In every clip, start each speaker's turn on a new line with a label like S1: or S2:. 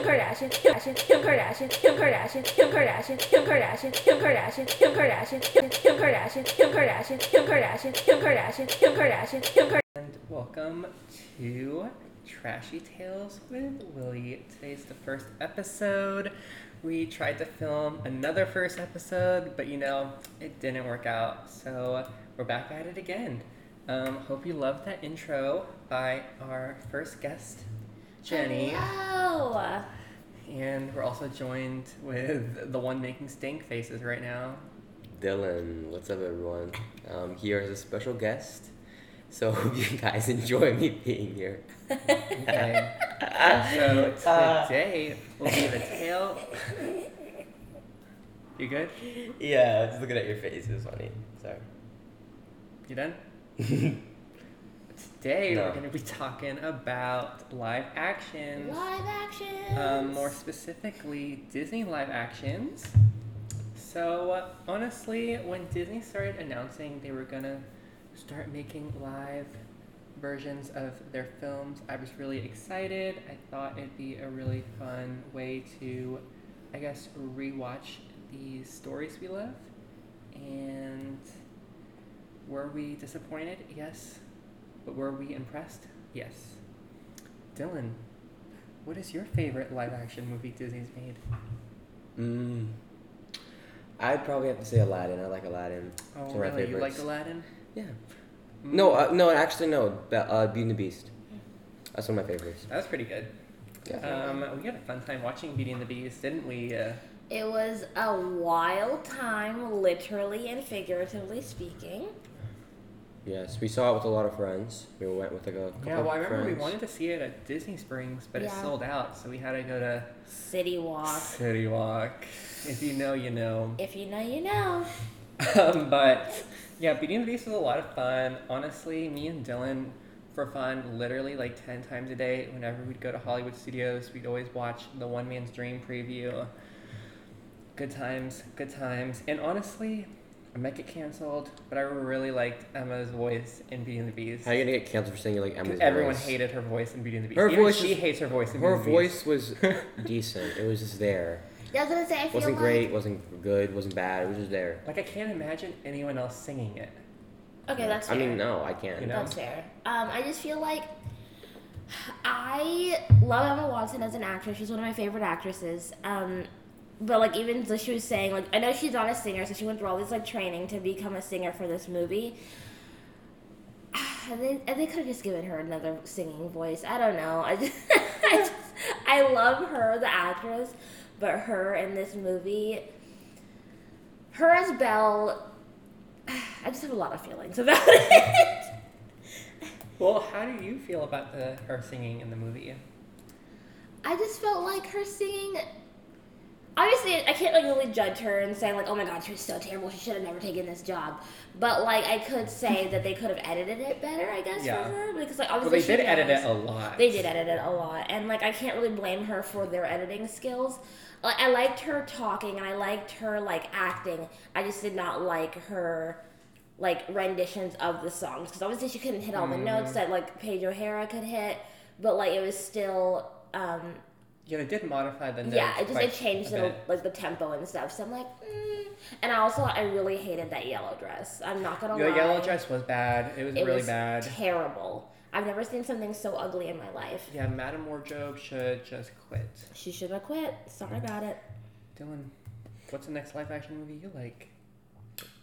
S1: Kardashian, Kim Kardashian, Kim Kardashian, Kim Kardashian, Kim Kardashian, Kim Kardashian, Kim Kardashian, Kim Kardashian, Kim Kim Kardashian, Kim Kardashian, Kim Kardashian, Kim Kardashian, Kim Kardashian, Kim Kardashian.
S2: And welcome to Trashy Tales with Willie. Today's the first episode. We tried to film another first episode, but you know, it didn't work out. So we're back at it again. Um, hope you loved that intro by our first guest, Jenny.
S1: Hello.
S2: And we're also joined with the one making stink faces right now.
S3: Dylan, what's up, everyone? Um, here as a special guest. So hope you guys enjoy me being here.
S2: Okay. so today will be the tale. You good?
S3: Yeah, I was looking at your face. It was funny. Sorry.
S2: You done? Today
S3: No.
S2: we're going to be talking about live actions.
S1: Live action.
S2: Um, more specifically, Disney live actions. So, honestly, when Disney started announcing they were gonna start making live versions of their films, I was really excited. I thought it'd be a really fun way to, I guess, rewatch these stories we love. And were we disappointed? Yes. But were we impressed? Yes. Dylan, what is your favorite live action movie Disney's made?
S3: Mm. I'd probably have to say Aladdin. I like Aladdin.
S2: Oh,
S3: It's one of my
S2: really? You liked
S3: favorites.
S2: Aladdin?
S3: Yeah.
S2: Mm.
S3: No, uh, no, actually, no. Be- uh, Beauty and the Beast. That's one of my favorites.
S2: that was pretty good. Um, we had a fun time watching Beauty and the Beast, didn't we? Uh,
S1: It was a wild time, literally and figuratively speaking.
S3: Yes, we saw it with a lot of friends. We went with like a couple
S2: yeah, well, I
S3: of
S2: remember we
S3: friends.
S2: wanted to see it at Disney Springs, but
S1: Yeah.
S2: it sold out, so we had to go to
S1: City walk.
S2: City Walk. If you know, you know.
S1: If you know, you know.
S2: Um, but yeah, Beauty and the Beast was a lot of fun. Honestly, me and Dylan, for fun, literally like 10 times a day, whenever we'd go to Hollywood Studios, we'd always watch the One Man's Dream preview. Good times, good times. And honestly, I might get canceled, but I really liked Emma's voice in Beauty and the Beast.
S3: How are you gonna get canceled for singing like Emily's
S2: Because everyone
S3: voice?
S2: hated her voice in Beauty and the Beast.
S3: Her
S2: Even
S3: voice
S2: she
S3: is-
S2: hates her voice in
S3: Her
S2: Beauty and the Beast.
S3: voice was decent. It was just there.
S1: Yeah, I was gonna say, I feel
S3: Wasn't
S1: like
S3: great. Wasn't good. Wasn't bad. It was just there.
S2: Like I can't imagine anyone else singing it.
S1: Okay, that's
S3: I
S1: fair.
S3: mean, no, I can't.
S2: You know?
S1: That's fair. Um, I just feel like I love Emma Watson as an actress. She's one of my favorite actresses. Um, but like even though she was saying, like I know she's not a singer, so she went through all this like training to become a singer for this movie. They, and they could have just given her another singing voice. I don't know. I just, I just, I love her, the actress, but her in this movie, her as Belle, I just have a lot of feelings about it.
S2: Well, how do you feel about the her singing in the movie?
S1: I just felt like her singing. Obviously, I can't like really judge her and say like, "Oh my God, she was so terrible. She should have never taken this job." But like, I could say that they could have edited it better, I guess,
S2: Yeah.
S1: for her because like
S2: Well,
S1: obviously she
S2: they did edit
S1: knows-
S2: it a lot.
S1: They did edit it a lot, and like I can't really blame her for their editing skills. Like I liked her talking, and I liked her like acting. I just did not like her like renditions of the songs because obviously she couldn't hit all the notes
S2: Mm-hmm.
S1: that like Paige O'Hara could hit, but like it was still. Um,
S2: Yeah, they did modify the notes.
S1: yeah, it just
S2: quite
S1: it changed
S2: a
S1: the,
S2: bit.
S1: like the tempo and stuff. So I'm like, mm. and I also I really hated that yellow dress. I'm not gonna
S2: The
S1: lie.
S2: yellow dress was bad. It was
S1: it
S2: really
S1: was
S2: bad.
S1: terrible. I've never seen something so ugly in my life.
S2: yeah, Madame Wardrobe should just quit.
S1: She should have quit. Sorry about it.
S2: Dylan, what's the next live action movie you like?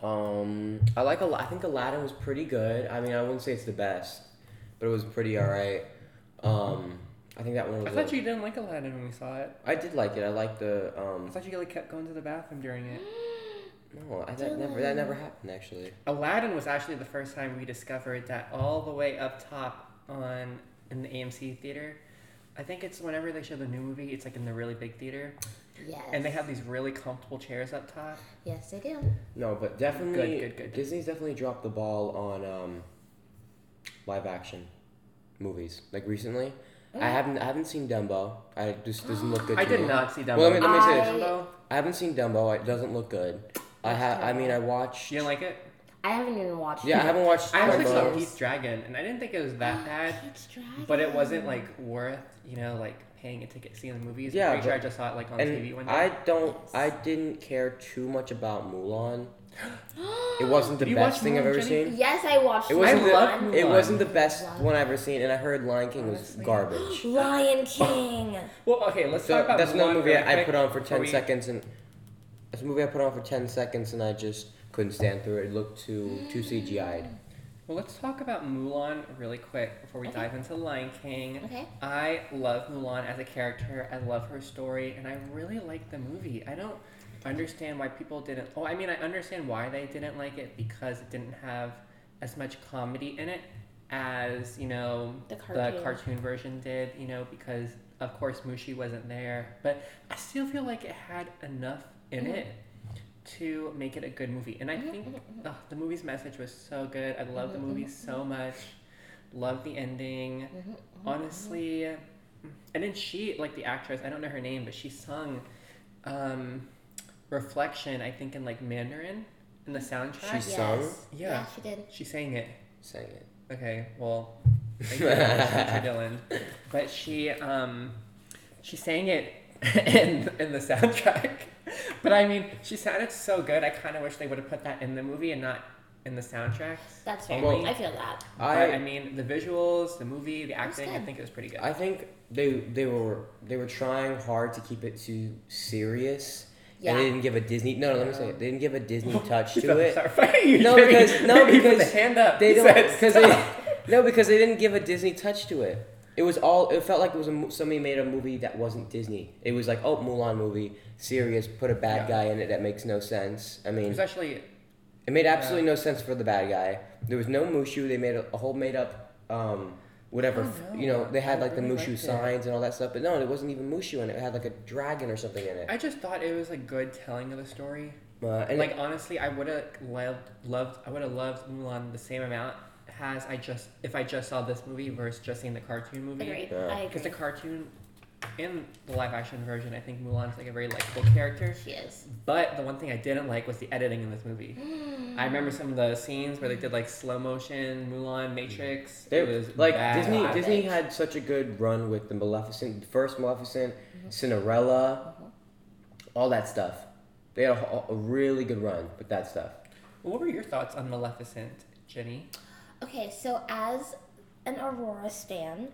S3: Um, I like. Al- I think Aladdin was pretty good. I mean, I wouldn't say it's the best, but it was pretty alright. Um, I think that one
S2: I
S3: was.
S2: thought
S3: a-
S2: you didn't like Aladdin when we saw it.
S3: I did like it. I liked the.
S2: I
S3: Um,
S2: thought you like kept going to the bathroom during it.
S3: no, I, that never that never happened actually.
S1: Hmm?
S2: Aladdin was actually the first time we discovered that all the way up top on in the AMC theater. I think it's whenever they show the new movie, it's like in the really big theater,
S1: Yes.
S2: and they have these really comfortable chairs up top.
S1: yes, they do.
S3: No, but definitely
S2: good, good.
S3: Disney's definitely dropped the ball on um, live action movies. Like recently, I haven't I haven't seen Dumbo. I just doesn't look good.
S2: I
S3: to
S2: did
S3: me.
S2: not see Dumbo.
S3: Well, let me- let me say
S1: this.
S2: Dumbo?
S3: I haven't seen Dumbo. It doesn't look good. I ha- I mean, I watched.
S2: You didn't like it?
S1: I haven't even watched.
S3: yeah, I
S1: it.
S3: haven't watched.
S2: I actually
S3: Dumbo.
S2: saw
S1: Dumbo.
S2: Pete's Dragon, and I didn't think it was that bad,
S1: Pete's Dragon.
S2: but it wasn't like worth, you know, like paying a ticket to see the movies.
S3: Yeah,
S2: I'm pretty sure I
S3: but-
S2: just saw it like on TV one
S3: And
S2: day.
S3: I don't.
S1: Yes.
S3: I didn't care too much about Mulan. It wasn't the
S2: You
S3: best
S2: watched
S3: thing I've
S2: Mulan,
S3: ever
S2: Jenny?
S3: seen.
S1: yes, I watched.
S3: It wasn't
S2: I
S3: the,
S2: love
S1: Mulan.
S3: It
S2: Mulan.
S3: wasn't the best
S1: Mulan.
S3: one I've ever seen, and I heard Lion King was
S2: Honestly.
S3: garbage.
S1: Lion King.
S2: well, okay, let's
S3: So
S2: talk about
S3: that's another
S2: Mulan
S3: movie
S2: really
S3: I, I
S2: quick
S3: put on for
S2: before
S3: ten
S2: we-
S3: seconds, and that's a movie I put on for ten seconds, and I just couldn't stand through it. It looked too too CGI'd.
S2: Well, let's talk about Mulan really quick before we
S1: Okay.
S2: dive into Lion King.
S1: Okay.
S2: I love Mulan as a character. I love her story, and I really like the movie. I don't understand why people didn't. Oh, I mean, I understand why they didn't like it because it didn't have as much comedy in it as you know
S1: The cartoon.
S2: cartoon version did. You know, because of course Mushi wasn't there, but I still feel like it had enough in it to make it a good movie. And I
S1: Mm-hmm.
S2: think ugh, the movie's message was so good. I love the movie so much. Love the ending.
S1: mm-hmm,
S2: Honestly, and then she, like the actress, I don't know her name, but she sung um, "Reflection," I think, in like Mandarin in the soundtrack.
S3: She sung?
S2: Yeah.
S1: yeah, she did.
S2: she sang it.
S3: Sang it.
S2: Okay, well, thank you, Mr. Dylan. But she, um, she sang it in in the soundtrack. But I mean, she sounded so good. I kind of wish they would have put that in the movie and not in the soundtrack.
S1: That's fair.
S3: Well-
S1: I feel that.
S2: I,
S3: I
S2: I mean, the visuals, the movie, the acting. I
S1: good.
S2: think it was pretty good.
S3: I think they they were they were trying hard to keep it too serious. And
S1: Yeah.
S3: they didn't give a Disney no, no let me say it. They didn't give a Disney touch to
S2: Sorry,
S3: it.
S2: sorry, you
S3: No,
S2: didn't-
S3: because- no,
S2: you put
S3: because
S2: the hand up.
S3: They
S2: You
S3: don't
S2: said
S3: because they no because they didn't give a Disney touch to it. It was all. It felt like it was a, mo- somebody made a movie that wasn't Disney. It was like oh Mulan movie, serious, put a bad
S2: Yeah.
S3: guy in it that makes no sense. I
S2: It
S3: mean,
S2: was actually
S3: it made absolutely no sense for the bad guy. There was no Mushu. They made a, a whole made up um, whatever.
S2: I
S3: f-
S2: know.
S3: You know they had
S2: Oh, I
S3: like the
S2: really
S3: Mushu
S2: liked it.
S3: signs and all that stuff, but no, it wasn't even Mushu, and it It had like a dragon or something in it.
S2: I just thought it was a good telling of the story.
S3: Uh, and
S2: like honestly, I would have loved, loved I would have loved Mulan the same amount as I just if I just saw this movie versus just seeing the cartoon movie.
S1: Agreed.
S3: Yeah.
S1: I
S2: Because
S1: agree.
S2: the cartoon and the live action version, I think Mulan's like a very likable character.
S1: she is.
S2: But the one thing I didn't like was the editing in this movie. I remember some of the scenes where they did like slow motion Mulan Matrix.
S3: They,
S2: it was
S3: like
S2: bad.
S3: Disney.
S1: Garbage.
S3: Disney had such a good run with the Maleficent, first Maleficent,
S2: Mm-hmm.
S3: Cinderella, all that stuff. They had a, wh- a really good run with that stuff.
S2: What were your thoughts on Maleficent, Jenny?
S1: Okay, so as an Aurora stan,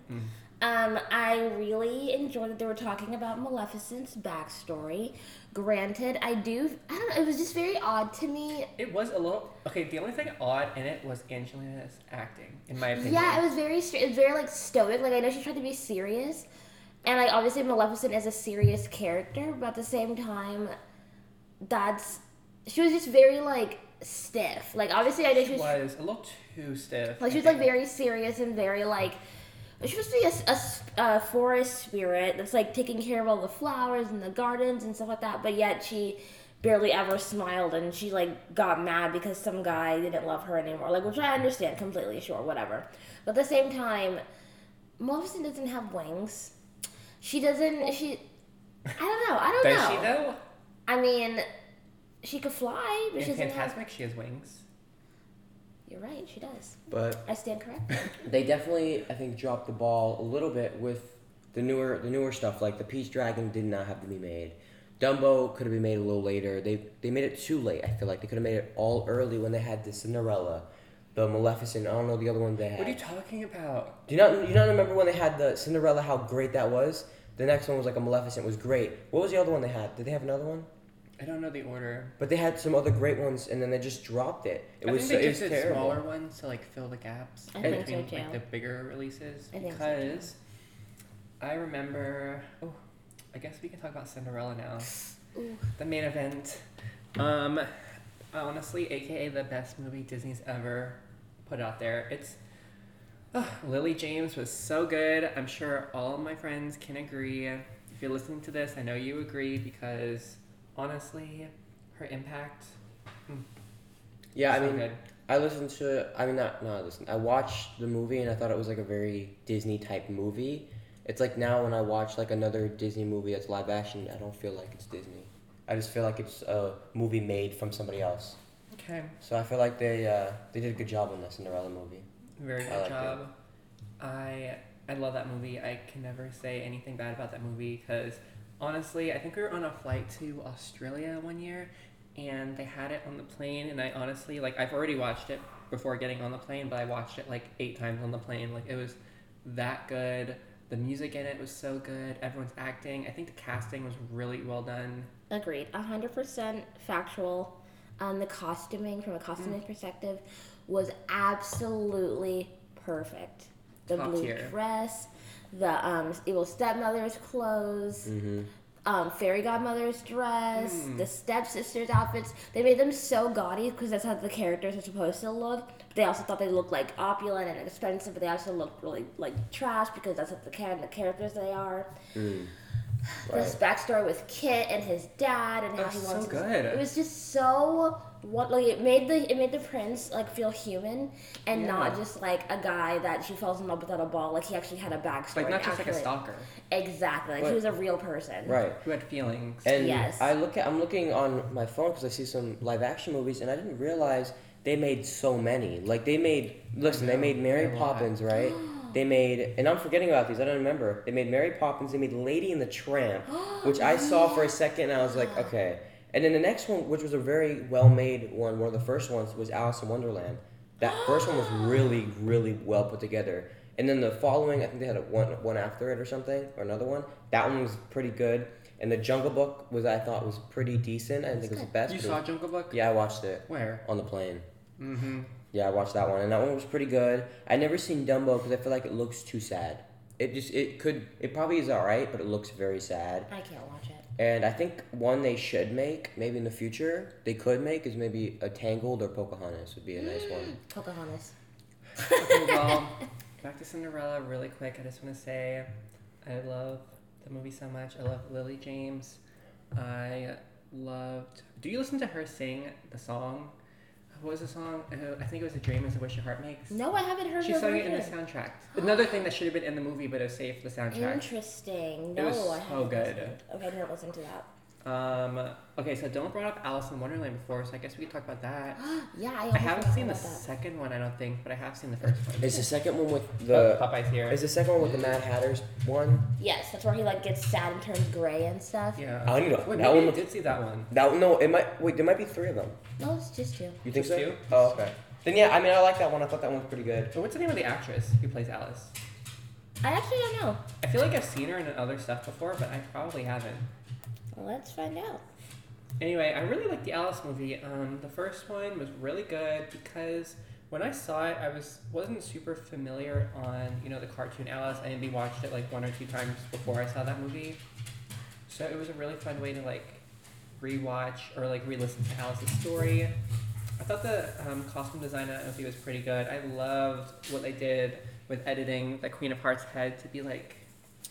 S1: um, I really enjoyed that they were talking about Maleficent's backstory. Granted, I do. I don't know. It was just very odd to me.
S2: It was a little okay. The only thing odd in it was Angelina's acting, in my opinion.
S1: Yeah, it was very. stra- It was very like stoic. Like I know she tried to be serious, and like obviously Maleficent is a serious character, but at the same time, that's she was just very like stiff. Like obviously I know she was
S2: was a little too stiff.
S1: Like she was like very serious and very like she was supposed to be a, s- a s- a forest spirit that's like taking care of all the flowers and the gardens and stuff like that. But yet she barely ever smiled and she like got mad because some guy didn't love her anymore. Like which I understand completely, sure, whatever. But at the same time, Maleficent doesn't have wings. She doesn't. She. I don't know. I don't
S2: Does
S1: know.
S2: she though?
S1: I mean, she could fly, but she
S2: In
S1: doesn't have.
S2: Fantasmic, she has wings.
S1: You're right. She does.
S3: But
S1: I stand corrected.
S3: they definitely, I think, dropped the ball a little bit with the newer the newer stuff. Like the Peach Dragon did not have to be made. Dumbo could have been made a little later. They they made it too late. I feel like they could have made it all early when they had the Cinderella, the Maleficent. I don't know the other one they had.
S2: What are you talking about?
S3: Do you not do you not remember when they had the Cinderella? How great that was. The next one was like a Maleficent was great. What was the other one they had? Did they have another one?
S2: I don't know the order.
S3: But they had some other great ones, and then they just dropped it. It
S2: I
S3: was
S2: think
S3: so-
S2: they
S3: it
S2: just
S3: was
S2: did
S3: terrible.
S2: smaller ones to like fill the gaps
S1: I
S2: in
S1: think so,
S2: between
S1: too.
S2: like the bigger releases
S1: I think so, too.
S2: because I remember. Oh, I guess we can talk about Cinderella now.
S1: Ooh.
S2: The main event. Um, honestly, AKA the best movie Disney's ever put out there. It's Ugh, Lily James was so good. I'm sure all of my friends can agree. If you're listening to this, I know you agree because honestly, her impact.
S3: Yeah, I
S2: so
S3: mean,
S2: good.
S3: I listened to. I mean, not no, I listened. I watched the movie, and I thought it was like a very Disney type movie. It's like now when I watch like another Disney movie that's live action, I don't feel like it's Disney. I just feel like it's a movie made from somebody else.
S2: Okay,
S3: So I feel like they uh, they did a good job on the Cinderella movie.
S2: very
S3: I
S2: good
S3: liked it.
S2: job. I I love that movie. I can never say anything bad about that movie because honestly, I think we were on a flight to Australia one year and they had it on the plane. And I honestly, like, I've already watched it before getting on the plane, but I watched it like eight times on the plane. Like, it was that good. The music in it was so good. Everyone's acting. I think the casting was really well done.
S1: Agreed. 100% factual. Um, the costuming, from a costuming
S2: Mm.
S1: perspective, was absolutely perfect. The
S2: Top
S1: blue
S2: tier.
S1: dress, the um, evil stepmother's clothes,
S2: Mm.
S1: um, fairy godmother's dress, the stepsister's outfits. They made them so gaudy because that's how the characters are supposed to look. But they also thought they looked like opulent and expensive, but they also looked really like trash because that's what the, char- the characters they are this
S3: Right.
S1: backstory with Kit and his dad and how
S2: That's
S1: he
S2: so
S1: wants. his-
S2: good.
S1: It was just so what like it made the it made the prince like feel human and not
S2: Yeah.
S1: just like a guy that she falls in love with on a ball. Like he actually had a backstory.
S2: Like, not just like a
S1: actually-
S2: stalker
S1: Exactly. Like
S3: Right.
S1: he was a real person.
S3: Right.
S2: who had feelings.
S3: And
S1: Yes.
S3: I look at I'm looking on my phone because I see some live action movies, and I didn't realize they made so many. Like they made listen, they
S2: know,
S3: made Mary
S2: a lot.
S3: Poppins, right? they made and I'm forgetting about these. I don't remember. They made Mary Poppins. They made Lady and the Tramp, which I saw for a second, and I was like, okay. And then the next one, which was a very well made one, one of the first ones, was Alice in Wonderland. That first one was really, really well put together. And then the following, I think they had a one one after it or something, or another one. That one was pretty good. And the Jungle Book was I thought was pretty decent. I didn't think it was the best.
S2: you
S3: but it
S2: saw
S3: was-
S2: Jungle Book?
S3: yeah, I watched it
S2: Where?
S3: on the plane.
S2: Mm-hmm.
S3: Yeah, I watched that one, and that one was pretty good. I never seen Dumbo because I feel like it looks too sad. It just it could it probably is alright, but it looks very sad.
S1: I can't watch it.
S3: And I think one they should make, maybe in the future, they could make is maybe a Tangled or Pocahontas would be a nice one.
S1: Pocahontas.
S2: Okay, well, back to Cinderella really quick. I just want to say I love the movie so much. I love Lily James. I loved. Do you listen to her sing the song? What was the song? Uh, I think it was A Dream is a Wish Your Heart Makes.
S1: No, I haven't heard
S2: She
S1: her
S2: sang it in the
S1: version.
S2: soundtrack. Another thing that should have been in the movie, but it was saved for the soundtrack.
S1: Interesting.
S2: It
S1: No,
S2: was
S1: I
S2: so
S1: haven't.
S2: good.
S1: listened- Okay, I didn't listen to that.
S2: Um, okay, so Dylan brought up Alice in Wonderland before, so I guess we could talk about that.
S1: Yeah, I,
S2: I
S1: almost
S2: haven't
S1: forgot
S2: seen the
S1: about that.
S2: second one, I don't think, but I have seen the first one.
S3: Is the second one with
S2: Oh,
S3: the
S2: Popeye's here.
S3: is the second one with the Mad Hatters one?
S1: Yes, that's where he like gets sad and turns gray and stuff.
S2: Yeah.
S3: I don't know.
S2: Wait,
S3: That
S2: maybe
S3: one
S2: I
S3: looked-
S2: did see that one.
S3: That one- no, it might wait. There might be three of them.
S1: No, it's just you.
S3: You think
S2: Just
S3: so?
S2: two?
S3: Oh, okay. Then yeah, I mean, I like that one. I thought that one was pretty good.
S2: But what's the name of the actress who plays Alice?
S1: I actually don't know.
S2: I feel like I've seen her in other stuff before, but I probably haven't.
S1: Let's find out.
S2: Anyway, I really like the Alice movie. Um, the first one was really good because when I saw it, I was wasn't super familiar on you know the cartoon Alice. I maybe watched it like one or two times before I saw that movie, so it was a really fun way to like rewatch or like re-listen to Alice's story. I thought the um, costume design of movie was pretty good. I loved what they did with editing the Queen of Hearts head to be like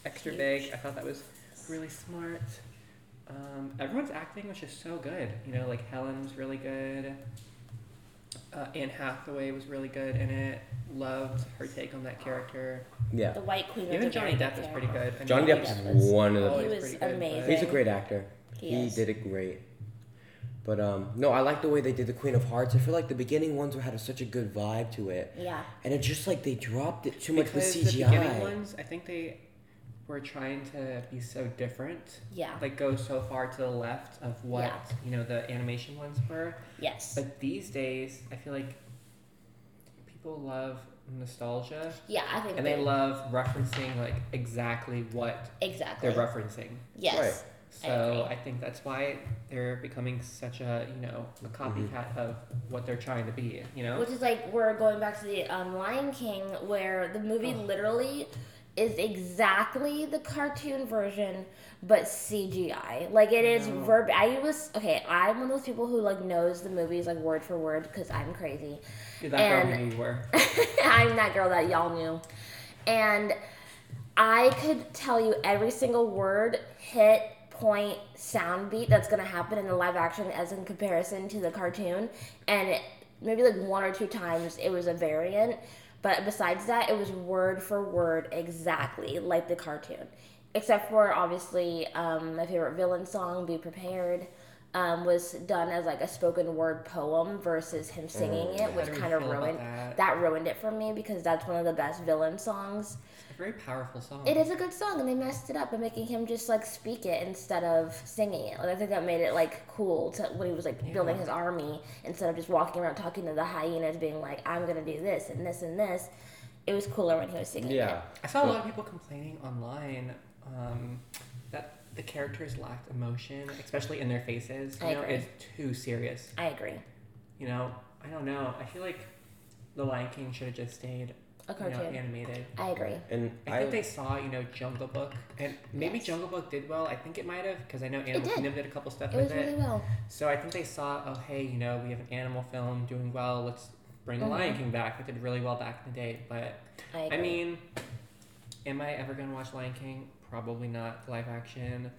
S2: extra big. I thought that was really smart. Um, everyone's acting was just so good. You know, like Helen's really good. Uh, Anne Hathaway was really good in it. Loved her take on that character.
S3: Yeah,
S1: The White Queen.
S2: Even
S1: was a
S2: Johnny
S1: very
S2: Depp
S1: good
S2: is pretty
S1: character.
S2: good. I mean,
S3: Johnny Depp
S1: Depp
S3: is Oh,
S1: was-
S3: one of the
S2: always
S1: He was
S2: pretty good, but-
S1: amazing.
S3: He's a great actor.
S1: He
S3: He,
S1: is.
S3: did it great. But um, no, I like the way they did the Queen of Hearts. I feel like the beginning ones were had such a good vibe to it,
S1: Yeah.
S3: and it's just like they dropped it too much with
S2: Because the
S3: CGI.
S2: beginning ones, I think they were trying to be so different.
S1: Yeah.
S2: Like go so far to the left of what
S1: Yeah.
S2: you know the animation ones were.
S1: yes.
S2: But these days, I feel like people love nostalgia
S1: Yeah, I think.
S2: and they love referencing like exactly what
S1: exactly.
S2: they're referencing.
S1: yes. I
S2: So
S1: agree.
S2: I think that's why they're becoming such a you know
S1: Mm-hmm.
S2: a copycat of what they're trying to be. You know.
S1: Which is like we're going back to the um, Lion King, where the movie
S2: Oh.
S1: literally is exactly the cartoon version, but CGI. Like it is
S2: No.
S1: verb. I was okay. I'm one of those people who like knows the movies like word for word because I'm crazy.
S2: Dude, that girl
S1: and-
S2: knew you were.
S1: I'm that girl that y'all knew. And I could tell you every single word, hit, point, sound beat that's going to happen in the live action as in comparison to the cartoon. And it, maybe like one or two times it was a variant. But besides that, it was word for word exactly like the cartoon. Except for obviously um, my favorite villain song, Be Prepared. um, was done as like a spoken word poem versus him singing it,
S2: How
S1: which
S2: do you
S1: kind of
S2: feel about
S1: ruined
S2: that?
S1: that ruined it for me because that's one of the best villain songs.
S2: It's a very powerful song.
S1: It is a good song, and they messed it up by making him just like speak it instead of singing it. Like, I think that made it like cool to when he was like building
S2: Yeah.
S1: his army instead of just walking around talking to the hyenas, being like, "I'm gonna do this and this and this." It was cooler when he was singing.
S3: Yeah.
S2: I saw a lot of people complaining online um, that the characters lacked emotion, especially in their faces. You
S1: I
S2: know,
S1: agree.
S2: it's too serious.
S1: it. I agree.
S2: You know, I don't know. I feel like The Lion King should have just stayed,
S1: A
S2: you know,
S1: cartoon.
S2: animated.
S1: I agree.
S3: And
S2: I
S3: I,
S2: think they saw, you know, Jungle Book, and maybe
S1: Yes.
S2: Jungle Book did well. I think it might have, because I know Animal
S1: did.
S2: Kingdom did a couple stuff
S1: It
S2: with
S1: was
S2: it.
S1: really well.
S2: So I think they saw, oh hey, you know, we have an animal film doing well. Let's bring
S1: Uh-huh.
S2: The Lion King back. It did really well back in the day, but
S1: I,
S2: I
S1: agree.
S2: mean, am I ever gonna watch Lion King? Probably not. Live action.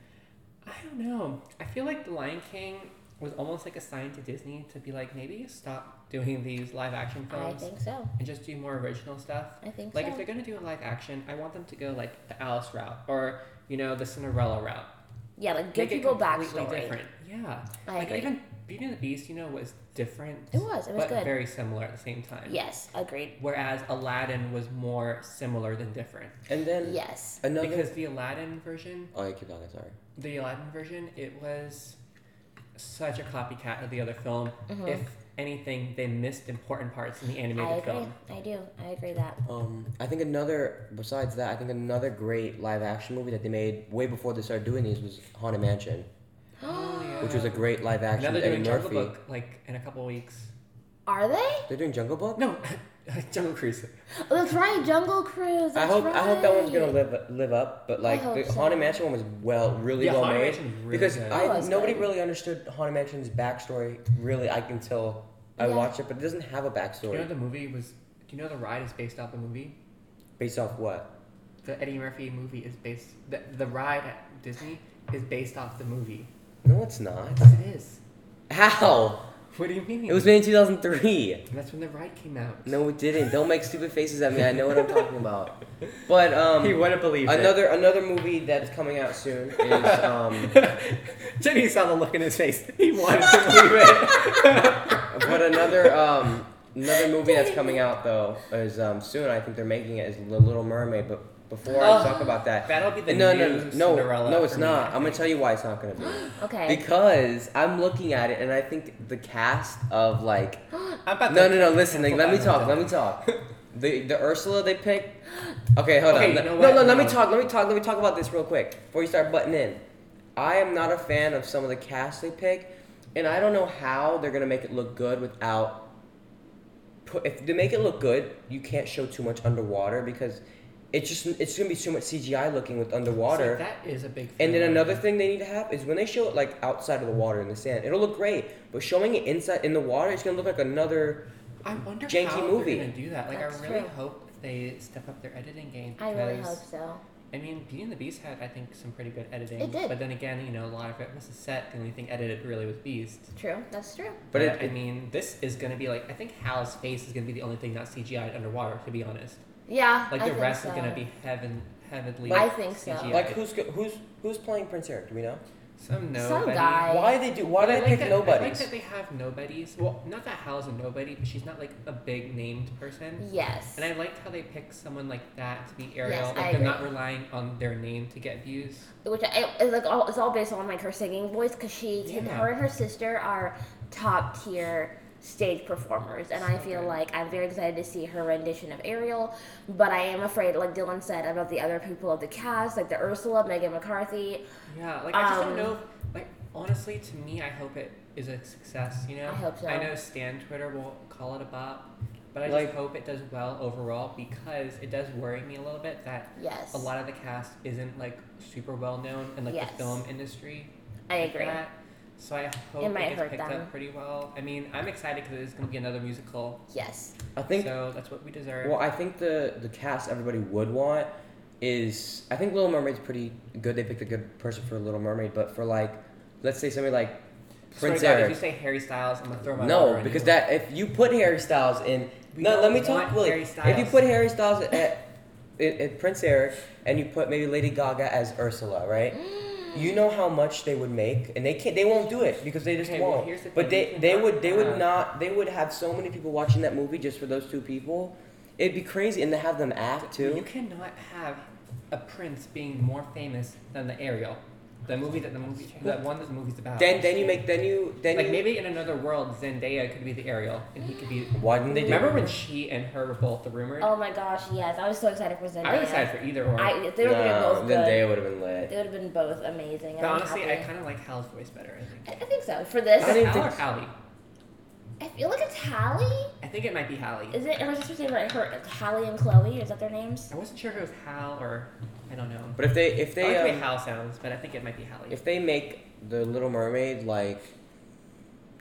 S2: I don't know. I feel like The Lion King was almost like a sign to Disney to be like, maybe stop doing these live action
S1: I
S2: films
S1: think so.
S2: and just do more original stuff.
S1: I think
S2: um, Like
S1: so.
S2: if they're gonna do a live action, I want them to go like the Alice route or you know the Cinderella route.
S1: yeah, like give
S2: Make it
S1: people
S2: completely
S1: backstory.
S2: different. Yeah.
S1: I
S2: like
S1: agree.
S2: even Beauty and the Beast, you know, was different.
S1: It was. It was
S2: but
S1: good.
S2: very similar at the same time.
S1: yes, agreed.
S2: Whereas Aladdin was more similar than different.
S3: and then
S1: Yes,
S3: another.
S2: Because the Aladdin version,
S3: oh, you keep talking. Sorry.
S2: the Aladdin version, it was such a copycat of the other film.
S1: Mm-hmm.
S2: If anything, they missed important parts in the
S1: Uh-huh. I
S2: animated
S1: agree.
S2: film.
S1: I do. I agree that.
S3: Um, I think another besides that, I think another great live action movie that they made way before they started doing these was Haunted Mansion, which was a great live action.
S2: Oh. Now they're
S3: with Eddie
S2: doing
S3: Murphy.
S2: Jungle Book like in a couple weeks.
S1: Are they?
S3: They're doing Jungle Book.
S2: No, Jungle Cruise.
S1: Oh, that's right, Jungle Cruise.
S3: I
S1: that's
S3: hope I hope that one's gonna
S1: right.
S3: live live up. But like
S1: hope
S3: the
S1: so.
S3: Haunted Mansion one was well really
S2: Yeah,
S3: well
S2: Haunted
S3: made
S2: Mansion's really
S3: because
S2: good.
S1: It
S3: I
S1: was
S3: nobody
S1: Oh, good.
S3: really understood Haunted Mansion's backstory really. I until I
S1: Yeah.
S3: watched it, but it doesn't have a
S2: You know
S3: backstory
S2: the movie was. Do you know the ride is based off a movie?
S3: based off what.
S2: The Eddie Murphy movie is based. The, the ride at Disney is based off the movie.
S3: No, it's not.
S2: Yes, it is.
S3: How?
S2: What do you mean?
S3: It was made in 2003.
S2: That's when the ride came out.
S3: No, it didn't. Don't make stupid faces at me. I know what I'm talking about. But um,
S2: he wouldn't believe it.
S3: another another movie that's coming out soon is um,
S2: Jenny saw the look in his face. He wanted to believe it.
S3: but another um, another movie that's coming out though is um, soon. I think they're making it is The Little Mermaid. But before I talk about that,
S2: That'll be Oh. the
S3: no,
S2: new
S3: no, no,
S2: Cinderella.
S3: no, it's
S2: for me,
S3: not.
S2: I
S3: I'm gonna
S2: think.
S3: tell you why it's not gonna be
S1: Okay.
S3: because I'm looking at it and I think the cast of like
S2: I'm about
S3: No,
S2: to
S3: no, no. Listen, like,
S2: cancel
S3: let me
S2: that
S3: talk.
S2: now.
S3: Let me talk. The the Ursula they picked. Okay, hold
S2: Okay,
S3: on.
S2: you know
S3: no,
S2: what? Um,
S3: no. Let me
S2: No.
S3: talk. Let me talk. Let me talk about this real quick before you start butting in. I am not a fan of some of the cast they pick, and I don't know how they're gonna make it look good without. Put, if they make it look good, you can't show too much underwater because it's just it's gonna be too much CGI looking with underwater.
S2: See, that is a big.
S3: And then
S2: failure.
S3: another thing they need to have is when they show it like outside of the water in the sand, it'll look great. But showing it inside in the water, it's gonna look like another
S2: I wonder
S3: janky
S2: how
S3: movie.
S2: they're gonna do that. Like,
S1: That's
S2: I really
S1: true.
S2: hope they step up their editing game.
S1: I really hope
S2: because,
S1: so.
S2: I mean, Beauty and the Beast had, I think, some pretty good editing.
S1: It did.
S2: But then again, you know, a lot of it was the set. The only thing edited really was Beast.
S1: True. That's true.
S3: But
S2: But
S3: it-
S2: I mean, this is gonna be like I think Hal's face is gonna be the only thing not CGI underwater. To be honest,
S1: Yeah.
S2: like
S1: I
S2: the
S1: think
S2: rest
S1: so.
S2: is gonna be heaven, heavenly.
S1: I think so.
S2: CGI.
S3: like who's go- who's who's playing Prince Eric? Do we know?
S2: some nobody.
S1: Some guy.
S3: Why they do?
S2: But
S3: Why
S2: I
S3: did they
S2: like
S3: pick
S2: that, I like
S3: nobodies?
S2: that Oh. they have nobodies. Well, not that Hal's a nobody, but she's not like a big named person.
S1: Yes.
S2: And I liked how they picked someone like that to be Ariel.
S1: Yes,
S2: like
S1: I
S2: they're
S1: agree.
S2: not relying on their name to get views.
S1: Which I, it's like all it's all based on like her singing voice because she
S2: Yeah.
S1: her and her sister are top tier stage performers and I
S2: So
S1: feel
S2: good.
S1: like I'm very excited to see her rendition of Ariel but I am afraid like Dylan said about the other people of the cast like the Ursula Megan McCarthy
S2: Yeah, like I
S1: Um,
S2: just don't know. if- Like honestly, to me, I hope it is a success. You know,
S1: I hope so.
S2: I know Stan Twitter will call it a bop, but I
S3: Like-
S2: just hope it does well overall because it does worry me a little bit that
S1: yes
S2: a lot of the cast isn't like super well known in like
S1: Yes.
S2: the film industry.
S1: I
S2: like
S1: agree
S2: that. So I hope
S1: It
S2: it,
S1: might
S2: gets
S1: hurt
S2: picked
S1: them.
S2: up pretty well. I mean, I'm excited because it's gonna be another musical.
S1: yes
S3: I think.
S2: so that's what we deserve.
S3: Well, I think the the cast everybody would want is I think Little Mermaid's pretty good. They picked a good person for Little Mermaid, but for like, let's say somebody like
S2: Swear
S3: Prince
S2: to God, if
S3: Eric.
S2: you say Harry Styles, I'm gonna throw my water
S3: No,
S2: on
S3: because
S2: you.
S3: that if you put Harry Styles in,
S2: We
S3: no, let
S2: don't
S3: me talk.
S2: want
S3: Willie.
S2: Harry
S3: If you
S2: Styles.
S3: put Harry Styles at, at, at Prince Eric and you put maybe Lady Gaga as Ursula, right? you know how much they would make, and they can't. They won't do it because they just
S2: Okay, well,
S3: won't.
S2: here's the
S3: but
S2: thing, Uh, Uh-huh.
S3: they,
S2: you
S3: they
S2: cannot
S3: would they would
S2: have-
S3: not they would have so many people watching that movie just for those two people. It'd be crazy, and to have them act
S2: You
S3: too.
S2: cannot have a prince being more famous than the Ariel, the movie that the movie that one that the movie's about.
S3: Then then you make then you then
S2: like
S3: you,
S2: maybe in another world Zendaya could be the Ariel and he could be.
S3: why didn't they do?
S2: Remember
S3: it?
S2: when she and her were both the rumored?
S1: Oh my gosh, yes. I was so excited for Zendaya.
S2: I was excited for either or.
S1: I, they would have been
S3: no,
S1: both
S3: then
S1: good.
S3: they would have been
S1: They
S3: lit.
S1: would have been both amazing.
S2: but
S1: and I'm
S2: honestly, I
S1: happy.
S2: kind of like Hal's voice better. I think.
S1: I, I think so. For
S2: Is
S3: I
S1: this,
S3: think
S2: it Hal or
S3: that's-
S2: Hallie?
S1: I feel like it's Hallie.
S2: I think it might be Hallie.
S1: Is it? Am I supposed to say right? Her, Hallie and Chloe. Is that their names?
S2: I wasn't sure if it was Hal or I don't know.
S3: But if they
S2: I
S3: if
S2: like
S3: they
S2: the way
S3: um,
S2: Hal sounds, but I think it might be Hallie.
S3: if they make the Little Mermaid like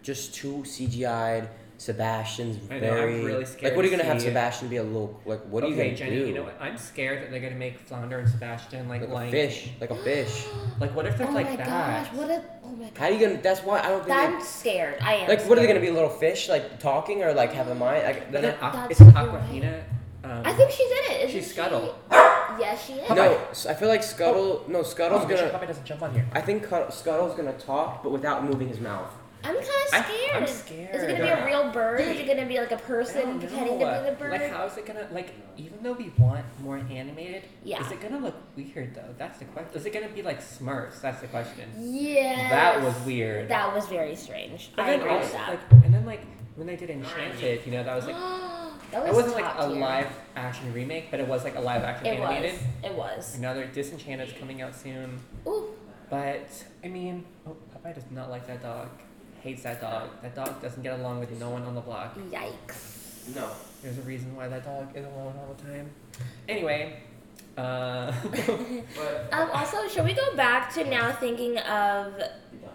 S3: just two CGI'd Sebastian's
S2: I know, I'm
S3: very
S2: really
S3: like
S2: scared
S3: what are you
S2: to
S3: gonna have
S2: see-
S3: Sebastian be a little like what are
S2: okay,
S3: you gonna
S2: Jenny,
S3: do
S2: you know what? I'm scared that they're gonna make Flounder and Sebastian like,
S3: like a
S2: Lion
S3: fish
S2: King.
S3: like a fish
S2: Like what if
S1: oh
S2: they're like
S1: my
S2: that?
S1: gosh! What a oh my
S3: how
S1: god!
S3: are you gonna that's why I don't think
S1: I'm scared. I am.
S3: they, like what are they
S1: scared.
S3: gonna be little fish like talking or like have a mind
S2: But
S3: like they're
S2: then
S3: not-
S2: Aqu-
S1: That's-
S2: isn't
S1: you're
S2: Aquafina? Um,
S1: I think she's in it. Isn't
S2: She's
S1: she?
S2: Scuttle.
S1: Yes, she is.
S3: no s- I feel like Scuttle no Scuttle's
S2: oh,
S3: gonna
S2: probably doesn't jump on here.
S3: I think Cut- Scuttle's gonna talk but without moving his mouth
S1: I'm kind of
S2: I-
S1: scared. Is it
S2: I'm
S1: gonna be
S2: scared.
S1: a real bird? Is it gonna be like a person pretending to be the bird?
S2: Like, how is it gonna like? Even though we want more animated,
S1: Yeah.
S2: is it gonna look weird though? That's the question. Is it gonna be like Smurfs? That's the question.
S1: yeah.
S2: That was weird.
S1: That was very strange.
S2: But
S1: I
S2: then
S1: agree
S2: also,
S1: with that.
S2: like, and then like when they did Enchanted, you know, that was like
S1: that was
S2: it wasn't like
S1: top
S2: a
S1: tier.
S2: live action remake, but it was like a live action
S1: It
S2: animated.
S1: was. It
S2: Mm.
S1: was.
S2: Another Disenchanted's coming out soon,
S1: Ooh,
S2: but I mean, oh, Popeye does not like that dog. Hates that dog. That dog doesn't get along with no one on the block.
S1: yikes.
S3: no
S2: There's a reason why that dog is alone all the time. Anyway, uh,
S3: but
S1: Um, also, should we go back to now thinking of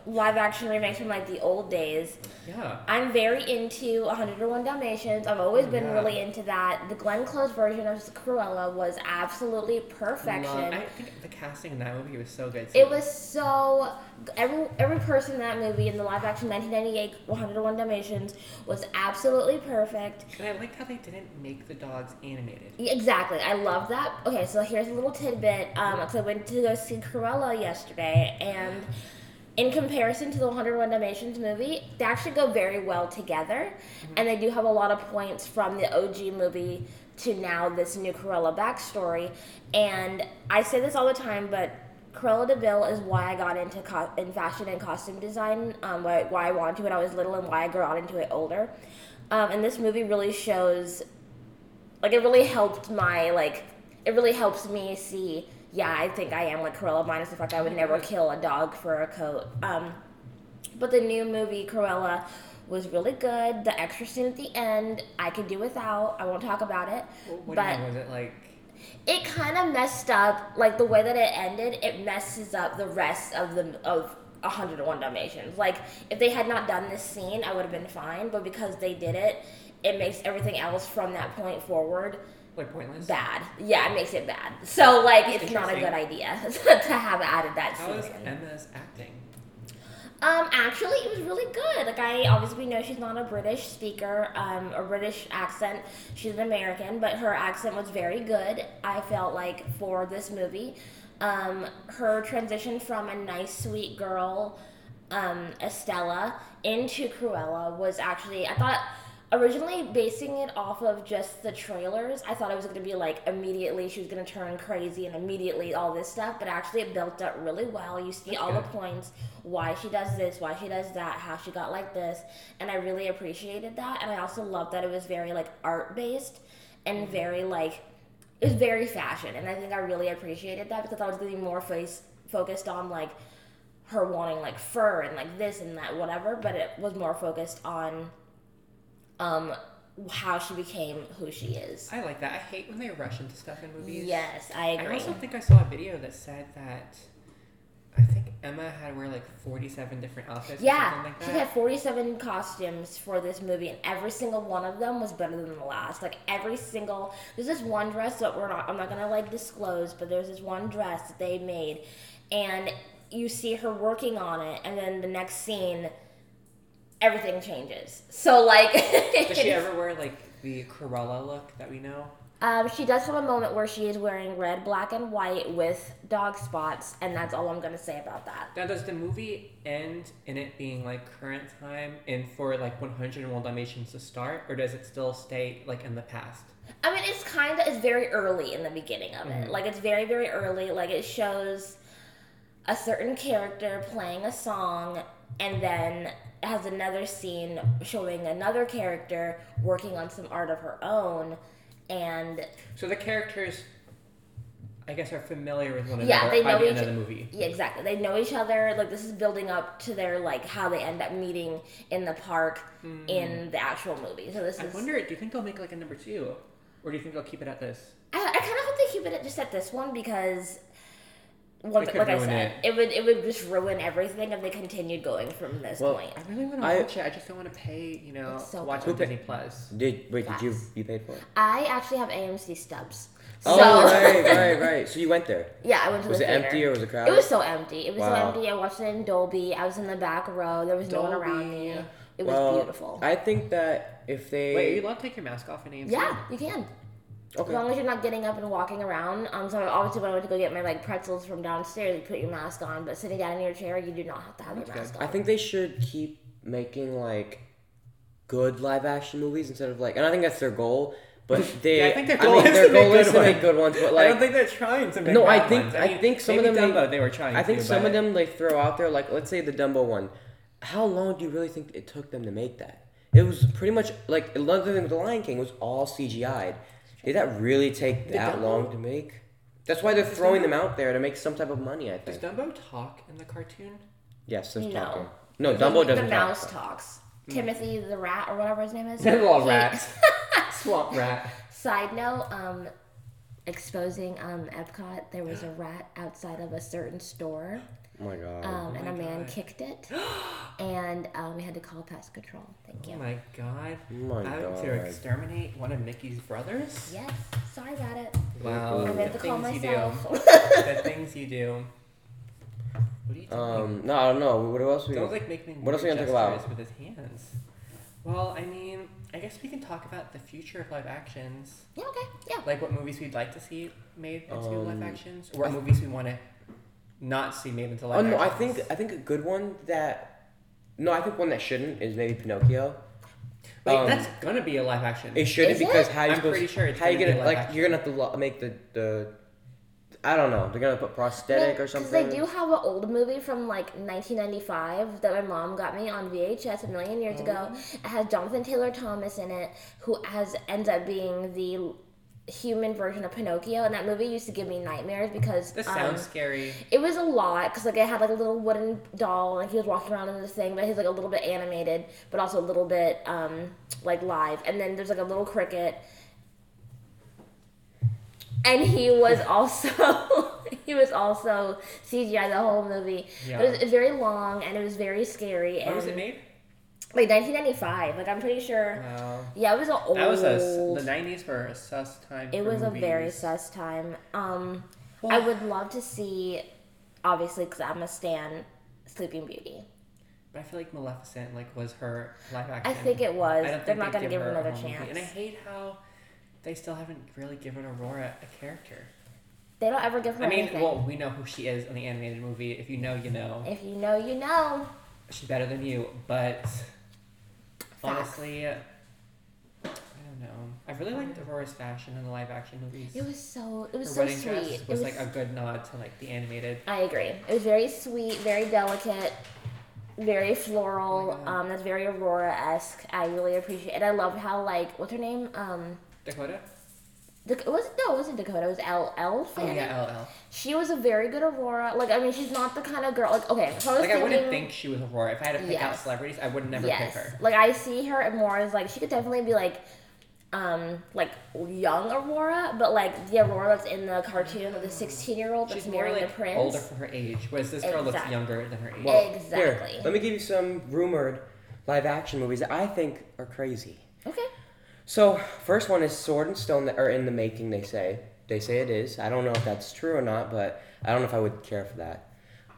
S1: live action remakes from like the old days?
S2: yeah.
S1: I'm very into 101 Dalmatians. I've always been
S2: Yeah.
S1: really into that. The Glenn Close version of Cruella was absolutely perfection.
S2: Love- I think the casting in that movie was so good.
S1: It was so every every person in that movie in the live action 1998 101 Dalmatians was absolutely perfect.
S2: And I liked how they didn't make the dogs animated.
S1: Yeah, Exactly, I love that. Okay, so here's a little tidbit. Um, so I went to go see Cruella yesterday, and in comparison to the 101 Dalmatians movie, they actually go very well together, and they do have a lot of points from the OG movie to now this new Cruella backstory. And I say this all the time, but Cruella de Vil is why I got into co- in fashion and costume design, um, why, why I wanted to when I was little, and why I grew out into it older. Um, and this movie really shows like it really helped my like it really helps me see yeah i think i am like cruella minus the fact i would
S2: Mm-hmm.
S1: never kill a dog for a coat um but the new movie cruella was really good the extra scene at the end i could do without i won't talk about it
S2: What do
S1: but
S2: you mean, was it like?
S1: it kind of messed up like the way that it ended it messes up the rest of the of 101 dalmatians like if they had not done this scene i would have been fine but because they did it it makes everything else from that point forward
S2: Like pointless.
S1: bad. Yeah, it makes it bad. So like, it's not a
S2: Interesting.
S1: good idea to have added that
S2: How is
S1: scene. in.
S2: Emma's acting?
S1: Um, actually, it was really good. Like, I obviously know she's not a British speaker, um, or British accent. She's an American, but her accent was very good. I felt like for this movie, um, her transition from a nice, sweet girl, um, Estella, into Cruella was actually. I thought originally basing it off of just the trailers, I thought it was going to be like immediately she was going to turn crazy and immediately all this stuff, but actually it built up really well. You see all the
S2: good.
S1: points why she does this, why she does that, how she got like this, and I really appreciated that. And I also loved that it was very like art based and very like it was very fashion, and I think I really appreciated that because I was going to be more face focused on like her wanting like fur and like this and that whatever, but it was more focused on um how she became who she is.
S2: I like that. I hate when they rush into stuff in movies.
S1: Yes, I
S2: I
S1: agree.
S2: also think I saw a video that said that I think Emma had to wear like 47 different outfits or
S1: yeah,
S2: something like
S1: she
S2: that.
S1: had 47 costumes for this movie, and every single one of them was better than the last. Like every single, there's this one dress that we're not, I'm not gonna like disclose, but there's this one dress that they made, and you see her working on it, and then the next scene, everything changes. So like,
S2: Does she ever wear like the Cruella look that we know?
S1: Um, she does have a moment where she is wearing red, black, and white with dog spots, and that's all I'm gonna say about that.
S2: Now, does the movie end in it being like current time and for like 101 Dalmatians to start, or does it still stay like in the past?
S1: I mean, it's kind of it's very early in the beginning of
S2: Mhm.
S1: it. Like it's very very early. Like it shows a certain character playing a song, and then it has another scene showing another character working on some art of her own, and
S2: So the characters, I guess, are familiar with one
S1: Yeah,
S2: another
S1: they
S2: by
S1: know
S2: the end
S1: each-
S2: of the movie.
S1: yeah, exactly. They know each other. Like this is building up to their like how they end up meeting in the park in the actual movie. So this
S2: I
S1: is.
S2: wonder, do you think they'll make like a number two, or do you think they'll keep it at this?
S1: I, I kind of hope they keep it at- just at this one because, once,
S2: could
S1: like I
S2: ruin
S1: said, it. would it would just ruin everything if they continued going from this
S3: Well,
S1: point.
S2: I really want to
S3: I-
S2: watch it. I just don't want to pay, you know,
S1: It's so
S2: to watch
S1: good.
S2: on Disney Plus.
S3: Did wait? Did you
S1: Facts.
S3: you paid for it?
S1: I actually have AMC stubs. So,
S3: Oh right, right, right. So you went there.
S1: yeah, I went to
S3: Was
S1: the
S3: it
S1: theater.
S3: empty or was it crowded?
S1: It was so empty. It was
S3: Wow.
S1: so empty. I watched it in Dolby. I was in the back row. There was no one around me.
S2: Dolby.
S1: It was
S3: well,
S1: beautiful.
S3: I think that if they
S2: Wait, are you allowed to take your mask off in AMC?
S1: yeah, you can. As
S3: okay.
S1: long as you're not getting up and walking around. Um, so obviously when I went to go get my like pretzels from downstairs, you put your mask on. But sitting down in your chair, you do not have to have your
S2: good.
S1: mask on.
S3: I think they should keep making like good live action movies instead of like, and I think that's their goal. But they,
S2: Yeah, I think their
S3: I
S2: goal
S3: mean,
S2: is
S3: their
S2: to make
S3: goal is
S2: good
S3: to make
S2: ones.
S3: good ones. But
S2: I
S3: like,
S2: don't think they're trying to make.
S3: No, I
S2: bad
S3: think-
S2: ones.
S3: I think some of
S2: maybe
S3: them they-
S2: Dumbo, they were trying.
S3: I think
S2: to,
S3: some
S2: but-
S3: of them they throw out there, like let's say the Dumbo one. How long do you really think it took them to make that? It was pretty much like another thing with the Lion King was all CGI'd. Did that really take that
S2: Dumbo-
S3: long to make? That's why they're throwing them out there to make some type of money. I
S2: Does
S3: think.
S2: Dumbo talk in the cartoon?
S3: Yes, there's
S1: No.
S3: talking. No, Dumbo doesn't
S1: The
S3: talk.
S1: mouse talks. Mm. Timothy the rat or whatever his name is.
S2: They're all
S1: He-
S2: rats. Swamp rat.
S1: Side note, um, exposing um Epcot, there was a rat outside of a certain store,
S3: Oh my god.
S1: um, and
S2: my
S1: a man
S2: God.
S1: kicked it, and um, we had to call pest control. Thank
S2: Oh
S1: you.
S2: my god.
S3: Oh my
S2: Out
S3: God.
S2: to exterminate one of Mickey's brothers?
S1: Yes, sorry about it.
S2: Wow.
S1: I
S3: I'm
S2: The
S1: meant to call
S2: things you
S1: myself.
S2: do. The things you do. What are you doing?
S3: Um, no, I don't know. What else we?
S2: Don't like make me
S3: Hmm. What else we
S2: weird
S3: gonna talk about?
S2: gestures with his hands. Well, I mean, I guess we can talk about the future of live actions,
S1: yeah, okay, yeah.
S2: like what movies we'd like to see made into live
S3: Um,
S2: actions, or what
S3: I-
S2: movies we want to not see made into live.
S3: oh no, I
S2: actions.
S3: think I think a good one that. No, I think one that shouldn't is maybe Pinocchio.
S2: Wait,
S3: um,
S2: that's gonna be a live action.
S3: It shouldn't
S1: Is
S3: because
S1: it?
S3: how you
S2: I'm
S3: supposed
S2: pretty sure it's
S3: how you
S2: gonna
S3: gonna
S2: be
S3: like
S2: live
S3: you're gonna have to lo- make the the I don't know they're gonna put prosthetic or
S1: Because they
S3: something.
S1: do have an old movie from like 1995 that my mom got me on VHS a million years
S3: Oh.
S1: ago. It has Jonathan Taylor Thomas in it, who has ends up being the human version of Pinocchio. And that movie used to give me nightmares because
S2: This
S1: um,
S2: sounds scary.
S1: it was a lot because like it had like a little wooden doll and he was walking around in this thing, but he's like a little bit animated, but also a little bit um like live. And then there's like a little cricket, and he was also he was also CGI the whole movie. But it was,
S2: Yeah.
S1: it's very long and it was very scary. And
S2: When was it made?
S1: Like 1995. Like I'm pretty sure.
S2: Wow.
S1: Yeah, it was an old.
S2: That was a s the '90s were a sus time.
S1: It
S2: for
S1: was a very
S2: movies.
S1: sus time. Um, I
S2: Well-
S1: would love to see, obviously, because I'm a stan, Sleeping Beauty.
S2: But I feel like Maleficent like was her live action.
S1: I think it was.
S2: I don't
S1: They're
S2: think
S1: not
S2: they
S1: going to give her
S2: a
S1: another
S2: whole movie.
S1: chance.
S2: And I hate how they still haven't really given Aurora a character.
S1: They don't ever give her
S2: I mean,
S1: anything.
S2: well, we know who she is in the animated movie. If you know, you know.
S1: if you know, you know.
S2: She's better than you, but honestly, I don't know. I really liked Aurora's fashion in the live action movies.
S1: It was so. It was
S2: her
S1: so
S2: wedding
S1: sweet.
S2: dress
S1: It
S2: was,
S1: was-
S2: like a good nod to like the animated.
S1: I agree. It was very sweet, very delicate, very floral.
S2: Oh my God.
S1: um, that's very Aurora esque. I really appreciate it. I loved how like what's her name? Um,
S2: Dakota?
S1: Dak- was it, no, it wasn't Dakota. It was L L
S2: Oh,
S1: Fanning.
S2: yeah, LL.
S1: She was a very good Aurora. Like I mean, she's not the kind of girl. Like okay, if I was
S2: Like, I
S1: thinking,
S2: wouldn't think she was Aurora. If I had to pick out
S1: Yes.
S2: celebrities, I would never
S1: yes,
S2: pick her.
S1: like I see her more as like she could definitely be like, um, like young Aurora, but like the Aurora that's in the cartoon of the sixteen-year-old that's
S2: She's more
S1: marrying
S2: like
S1: the prince.
S2: older for her age, whereas this girl looks
S1: Exactly.
S2: younger than her age.
S1: Well- Exactly.
S3: Here, let me give you some rumored live action movies that I think are crazy.
S1: Okay.
S3: So first one is Sword and Stone that are in the making. They say they say it is. I don't know if that's true or not, but I don't know if I would care for that.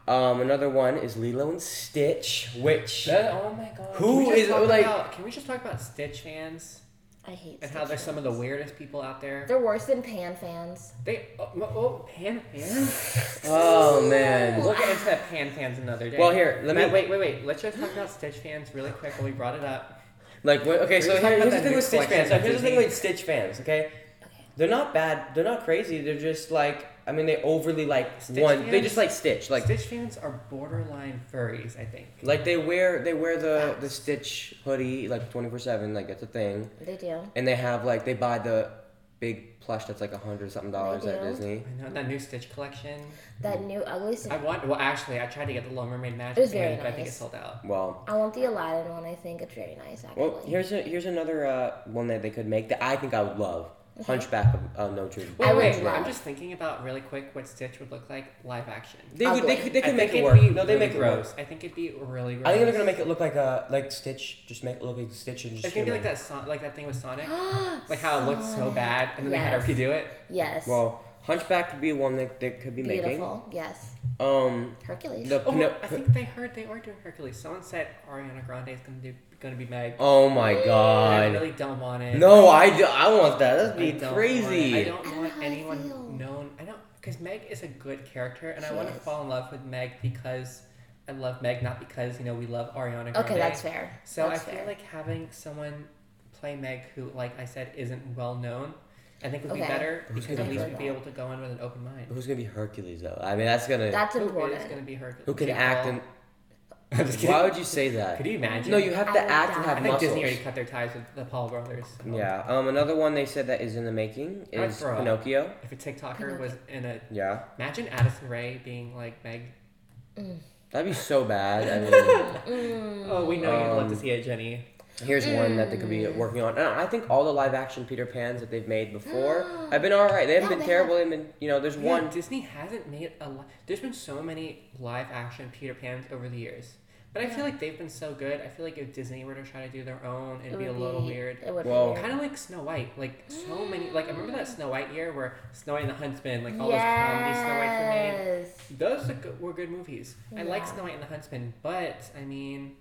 S3: Um, another one is Lilo and Stitch, which
S2: That- oh my god.
S3: Who
S2: Who is
S3: is- like-
S2: About, can we just talk about Stitch fans?
S1: I hate.
S2: and how
S1: Stitch
S2: they're some of the
S1: fans.
S2: weirdest people out there.
S1: They're worse than Pan fans.
S2: They oh, oh, oh pan fans.
S3: Oh man.
S2: We'll get into that pan fans another day.
S3: Well, here, let me-
S2: wait, wait, wait, wait. Let's just talk about Stitch fans really quick. When we brought it up.
S3: Like what, okay,
S2: We were
S3: so
S2: talking
S3: here-
S2: about
S3: here's the
S2: that
S3: thing
S2: new
S3: with Stitch
S2: collection
S3: fans. So
S2: of
S3: here's the thing
S2: Disney.
S3: with Stitch fans. Okay,
S1: Okay.
S3: they're not bad. They're not crazy. They're just like I mean, they overly like
S2: Stitch
S3: one. They
S2: fans?
S3: just like Stitch. Like
S2: Stitch fans are borderline furries, I think.
S3: like they wear they wear the the
S1: Facts.
S3: Stitch hoodie like twenty four seven. Like that's a thing.
S1: They do.
S3: And they have like they buy the big plush that's like a hundred something dollars at
S1: do.
S3: Disney.
S2: I know that new Stitch collection.
S1: That new ugly. Stitch.
S2: I want. Well, actually, I tried to get the Little Mermaid
S1: It
S2: Magic
S1: was very
S2: band, but I think it
S1: nice.
S2: sold out.
S3: Well,
S1: I want the Aladdin one. I think it's very nice, actually.
S3: well, here's a, here's another uh, one that they could make that I think I would love. Hunchback of uh, Notre Dame.
S1: I
S2: Wait,
S1: would
S2: wait, wait.
S1: love-
S2: I'm just thinking about really quick what Stitch would look like live action.
S3: They would they
S1: Ugly.
S3: could they
S2: I
S3: could make
S2: think
S3: it
S2: it'd
S3: work.
S2: be
S3: No, they
S2: really
S3: make it work.
S2: gross. I think it'd be really gross.
S3: I think they're gonna make it look like a like Stitch. Just make it look like Stitch and just.
S2: It's gonna be like
S3: human.
S2: that, son- like that thing with Sonic, like how it looked so
S1: Sonic.
S2: bad, and then
S1: Yes.
S2: they had to redo it.
S1: Yes.
S3: Well, Hunchback could be one that they could be
S1: Beautiful. Yes.
S3: making. Um,
S1: Hercules.
S3: the
S2: Oh,
S3: Pino-
S2: I think they heard they are doing Hercules. Someone said Ariana Grande is gonna do, gonna be Meg.
S3: oh my
S2: and I
S3: god!
S2: really don't want it.
S3: No, I do, I want that. That'd
S2: I
S3: be
S2: don't Want
S3: crazy.
S2: it. I don't
S1: I
S2: want
S1: don't know how I
S2: anyone
S1: feel.
S2: known. I don't because Meg is a good character, and I
S1: She
S2: want to
S1: is.
S2: fall in love with Meg because I love Meg, not because you know we love Ariana Grande.
S1: Okay, that's fair.
S2: So
S1: that's
S2: I feel
S1: fair.
S2: like having someone play Meg who, like I said, isn't well known, I think would be
S1: Okay.
S2: better
S3: Who's
S2: because
S3: gonna
S2: at
S3: be
S2: least
S3: Meg?
S2: we'd be able to go in with an open mind.
S3: Who's gonna be Hercules though? I mean, that's gonna.
S1: that's
S2: Who is
S1: important.
S2: going to be Hercules?
S3: who can
S2: Jake
S3: act
S2: Paul?
S3: and?
S2: I'm just kidding.
S3: Why would you say that?
S2: Could you imagine?
S3: no, you have
S1: I
S3: to
S1: would
S3: act and
S1: die.
S3: have
S2: I think
S3: muscles.
S2: Disney already cut their ties with the Paul brothers. so
S3: Yeah. Um. Another one they said that is in the making
S2: I'd
S3: is
S2: throw up.
S3: Pinocchio.
S2: If a TikToker was in a
S3: Yeah.
S2: imagine Addison Ray being like Meg.
S3: That'd be so bad. I mean,
S1: Mm.
S2: Oh, we know you'd love to
S3: Um,
S2: see it, Jenny.
S3: here's one that they could be working on. And I think all the live action Peter Pans that they've made before have been all right. They haven't
S1: Yeah,
S3: been
S1: they
S3: terrible. They've been, you know, there's
S2: Yeah,
S3: one.
S2: Disney hasn't made a lot. There's been so many live action Peter Pans over the years, but I feel like they've been so good. I feel like if Disney were to try to do their own, it'd
S1: It
S2: be a
S1: would
S2: little
S1: be-
S2: weird.
S1: It would
S3: Well,
S1: be weird.
S2: Kind of like Snow White, like so many. Like I remember that Snow White year where Snow White and the Huntsman, like all those comedy Snow White for me.
S1: Yes.
S2: Those are good, were good movies. I like
S1: Yeah.
S2: Snow White and the Huntsman, but I mean,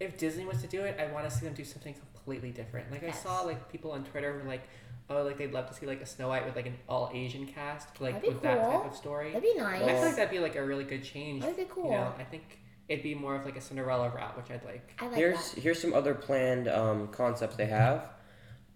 S2: if Disney was to do it, I want to see them do something completely different. Like I
S1: Yes.
S2: saw like people on Twitter were like, "Oh, like they'd love to see like a Snow White with like an all Asian cast, like
S1: That'd be
S2: with that type
S1: cool.
S2: of story."
S1: That'd be nice.
S2: I feel like that'd be like a really good change.
S1: That'd be
S2: You know,
S1: cool.
S2: I think it'd be more of like a Cinderella route, which I'd like.
S1: I like
S3: Here's
S1: that.
S3: here's some other planned um, concepts they have.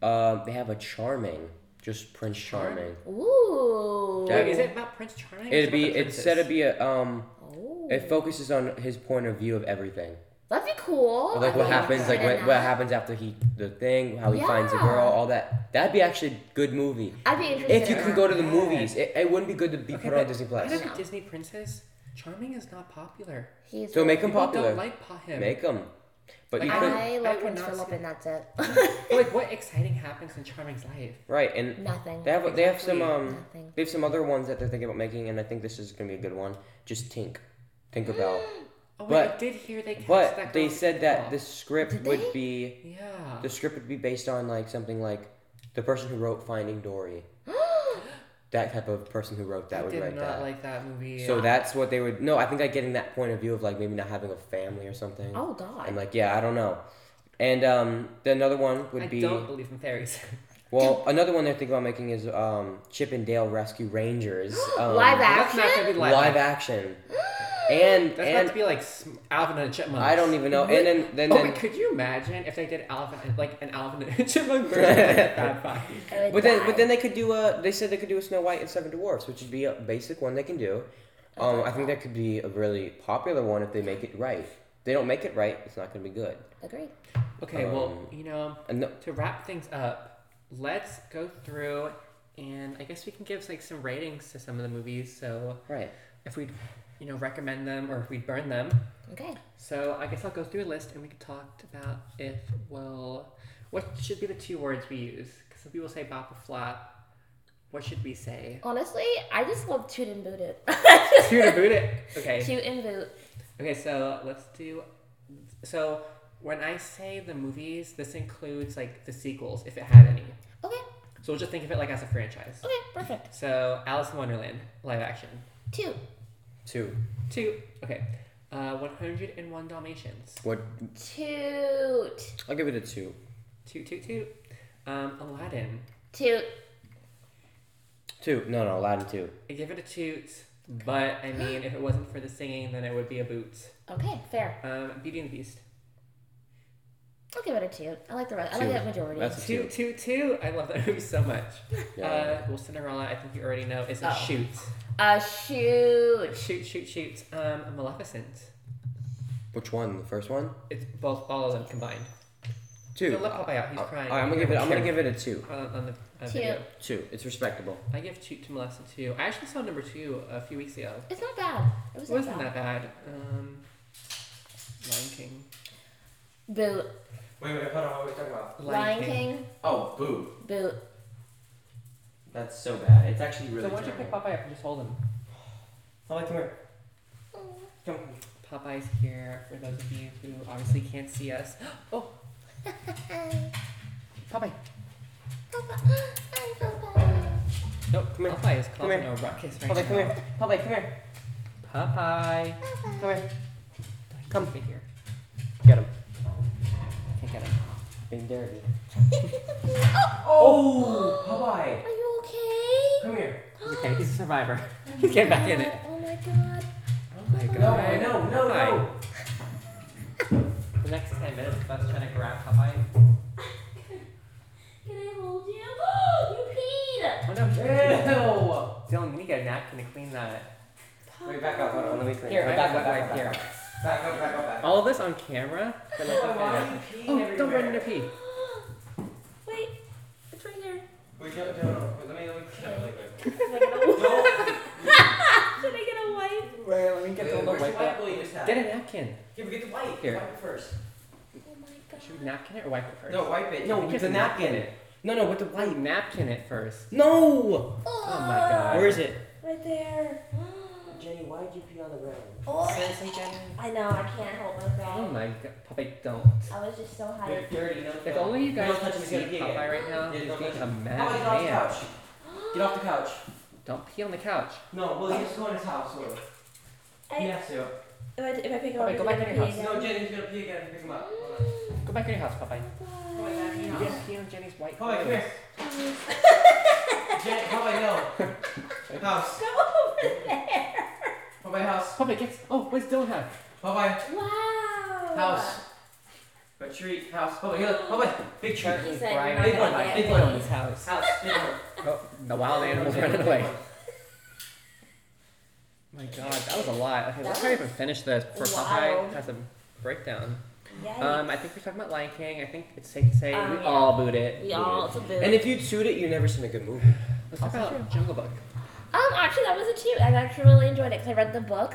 S3: Um, they have a charming, just Prince Charming.
S1: Ooh.
S3: That-
S2: Wait, is it about Prince Charming? or is
S3: It'd
S2: it about
S3: be
S2: the
S3: it's said to
S2: princess?
S3: be a um.
S1: Ooh.
S3: It focuses on his point of view of everything,
S1: Oh. That'd be cool.
S2: Oh,
S3: like
S1: I
S3: what
S1: like
S3: happens,
S1: that.
S3: like what,
S1: Yeah.
S3: what happens after he the thing, how he finds the girl,
S1: Yeah.
S3: all that. That'd be actually a good movie.
S1: I'd be interested.
S3: If you
S1: in
S3: could
S1: that.
S3: go to the movies, it, it wouldn't be good to be
S2: Okay,
S3: put on
S2: but
S3: Disney
S2: Out
S3: Plus.
S2: of the Disney princess, Charming is not popular.
S1: He's
S3: So make him
S2: People
S3: popular.
S2: don't like pa- him.
S3: Make him. But
S2: Like,
S3: you
S2: I-
S3: could
S1: I
S2: I
S1: love
S2: would
S1: Prince
S2: not
S1: Philip,
S2: see-
S1: and that's it.
S2: like what exciting happens in Charming's life?
S3: right, and
S1: Nothing.
S3: they have they have some
S2: Exactly.
S3: um
S1: Nothing.
S3: they have some other ones that they're thinking about making, and I think this is gonna be a good one. Just Tink, Tinkerbell.
S2: Oh, wait,
S3: But-
S2: I did hear they cast that
S3: But they
S2: girl-
S3: said that
S2: Oh.
S3: the script
S1: Did
S3: would
S1: they?
S3: be
S2: Yeah.
S3: the script would be based on like something like the person who wrote Finding Dory. that type of person who wrote that
S2: I
S3: would
S2: did
S3: write
S2: not
S3: that.
S2: like that movie.
S3: So that's what they would. No, I think like getting that point of view of like maybe not having a family or something.
S1: Oh God.
S3: And like, yeah, I don't know. And um, the another one would
S2: I
S3: be
S2: don't believe in fairies.
S3: well, another one they're thinking about making is um, Chip and Dale Rescue Rangers um,
S1: Live action.
S2: that's not gonna be live.
S3: live, action, and
S2: That's about
S3: and
S2: to be like sm- Alvin and the Chipmunks.
S3: I don't even know. And then then,
S2: oh,
S3: then
S2: wait, could you imagine if they did Alvin and like an Alvin and a Chipmunk version of like, Bad Five?
S1: I would
S3: but then
S1: die.
S3: but then they could do a they said they could do a Snow White and Seven Dwarfs, which would be a basic one they can do. Um, I think that could be a really popular one if they make it right. If they don't make it right, it's not going to be good.
S1: Agreed.
S2: Okay, well,
S3: Um,
S2: you know,
S3: And no,
S2: to wrap things up, let's go through and I guess we can give like some ratings to some of the movies. So
S3: right.
S2: if we, you know, recommend them or if we burn them.
S1: Okay.
S2: So I guess I'll go through a list and we can talk about if well, what should be the two words we use? Because some people say bop or flop. What should we say?
S1: Honestly, I just love toot and boot it.
S2: Shoot or boot it. Okay.
S1: Toot and boot.
S2: Okay. So let's do. So when I say the movies, this includes like the sequels if it had any.
S1: Okay.
S2: So we'll just think of it like as a franchise.
S1: Okay. Perfect.
S2: So Alice in Wonderland live action
S1: Toot.
S3: Two.
S2: two. Okay. Uh, 101 Dalmatians.
S3: What?
S1: Toot.
S3: I'll give it a two.
S2: Toot toot toot. Um, Aladdin.
S1: Toot.
S3: Two. No, no, Aladdin two.
S2: I give it a toot, but I mean, if it wasn't for the singing, then it would be a boot.
S1: Okay, fair.
S2: Um, Beauty and the Beast.
S1: I'll give it a toot. I like the rest. I like
S3: Toot.
S1: that majority.
S3: That's- It's a
S2: Toot, toot, toot. I love that movie so much.
S3: Yeah.
S2: Uh, well, Cinderella, I think you already know, is a
S1: Oh.
S2: shoot.
S1: Uh, shoot.
S2: Shoot, shoot, shoot. Um, Maleficent.
S3: Which one? The first one.
S2: It's both, all of them combined.
S3: Two.
S2: So look up out. He's
S3: Uh,
S2: crying.
S3: alright, I'm gonna give it. I'm gonna give it a two.
S2: on, on the uh,
S1: Toot.
S2: video.
S3: Two. It's respectable.
S2: I give Toot to Melissa too. I actually saw number two a few weeks ago.
S1: It's not bad. It
S2: It
S1: was
S2: wasn't
S1: not bad.
S2: that bad. Um, Lion King.
S1: Boot.
S3: Wait, wait, hold on. What are we talking about?
S1: Lion King.
S3: Oh, boo.
S1: Boot.
S3: That's so bad. It's actually
S2: So why don't you pick Popeye up and just hold him?
S3: I like him here. Come.
S2: Popeye's here for those of you who obviously can't see us. Oh, Popeye. No,
S3: Come here.
S2: Popeye is
S3: Come
S2: causing
S3: here.
S2: a ruckus right
S3: Popeye, come
S2: now.
S3: here. Popeye, come here.
S2: Popeye.
S3: Come here.
S2: Come get here.
S3: Get him.
S2: Can't get him.
S3: Big Derby.
S1: Oh.
S3: Popeye.
S1: Are you okay?
S3: Come here.
S2: Okay, he's a survivor. He's getting back in it.
S1: Oh my god.
S2: Oh my god. Popeye. The next 10 minutes of us trying to grab Popeye.
S1: Can I hold you? Oh, you peed.
S2: Oh no.
S3: no.
S2: Dylan, you need to get a napkin to clean that.
S3: Ew. Wait, back up. Hold on. Let me clean.
S2: Here,
S3: Right
S2: back
S3: up,
S2: up, back up,
S3: Back up, back up, back up.
S2: All of this on camera? For like a minute. Oh, don't run into pee.
S1: Wait, it's right there.
S3: Wait, no, no, no. Let me, let me clean up really quick.
S1: Should I get a wipe?
S3: No.
S1: Should I get a wipe?
S2: Wait, let me
S3: Wait,
S2: get the
S3: where's
S2: little
S3: the
S2: wipe
S3: white
S2: up.
S3: boy you just had?
S2: Get a napkin.
S3: Here, we get the white.
S2: Here.
S3: Wipe it first.
S1: Oh my god.
S2: Should we napkin it or wipe it first?
S3: No, wipe it.
S2: No,
S3: No,
S2: we
S3: with the
S2: just napkin
S3: napkin.
S2: it.
S3: No, no, with the
S2: Why
S3: white.
S2: napkin it first?
S3: No.
S2: Oh my god.
S3: Where is it?
S1: Right there.
S3: Jenny, why did you pee on the ground?
S1: Oh,
S2: Seriously, Jenny?
S1: I know, I can't hold my
S2: Oh
S1: breath.
S2: my god. Popeye, don't.
S1: I was just so
S3: You're
S1: high.
S3: dirty. Don't
S2: If only you guys
S3: Don't touch
S2: could
S3: him,
S2: see
S3: he's gonna pee again.
S2: Popeye right now,
S3: Yeah,
S2: he's
S3: don't
S2: being
S3: touch
S2: a
S3: Popeye,
S2: mad
S3: get off the
S2: man.
S3: couch. Get off the couch.
S2: Don't pee on the couch.
S3: No, well, he's just going to his house. Or...
S1: I,
S3: He has to.
S1: if, I, if I pick him
S2: Okay,
S1: up, he's
S2: go back
S1: gonna
S2: in your
S1: pee
S2: house.
S1: again.
S3: No, Jenny, he's gonna pee again. Pick him up. Hold on.
S2: Go back in your house, Popeye.
S3: Come on, back in your
S2: You
S3: house.
S2: didn't pee on Jenny's white
S3: Come on, come
S2: clothes.
S3: here. Jenny, come on, no. House.
S1: Go over there.
S3: Come by house.
S2: Popeye gets. Oh, what does Dylan have?
S3: Come by
S1: Wow.
S3: house. Retreat. House. Come by. Come by. Big tree.
S1: He
S2: He's
S1: said,
S2: bribing
S1: "Not
S3: Big one,
S1: yet."
S3: big
S2: Dylan
S3: one.
S2: in his house.
S3: House. Big one.
S2: Oh, the wild animals running away. My god, that was a lot. Okay, let's
S1: That
S2: hurry up and finish this before Popeye
S1: wild.
S2: has a breakdown.
S1: Yikes.
S2: Um, I think we're talking about Lion King. I think it's safe to say
S1: Um,
S2: we
S1: yeah.
S2: all boot it.
S1: we all, it's a boo.
S3: And if you sued it, you've never seen a good movie.
S2: Let's talk about Jungle Book.
S1: Um, actually, that was a cheat. I actually really enjoyed it because I read the book,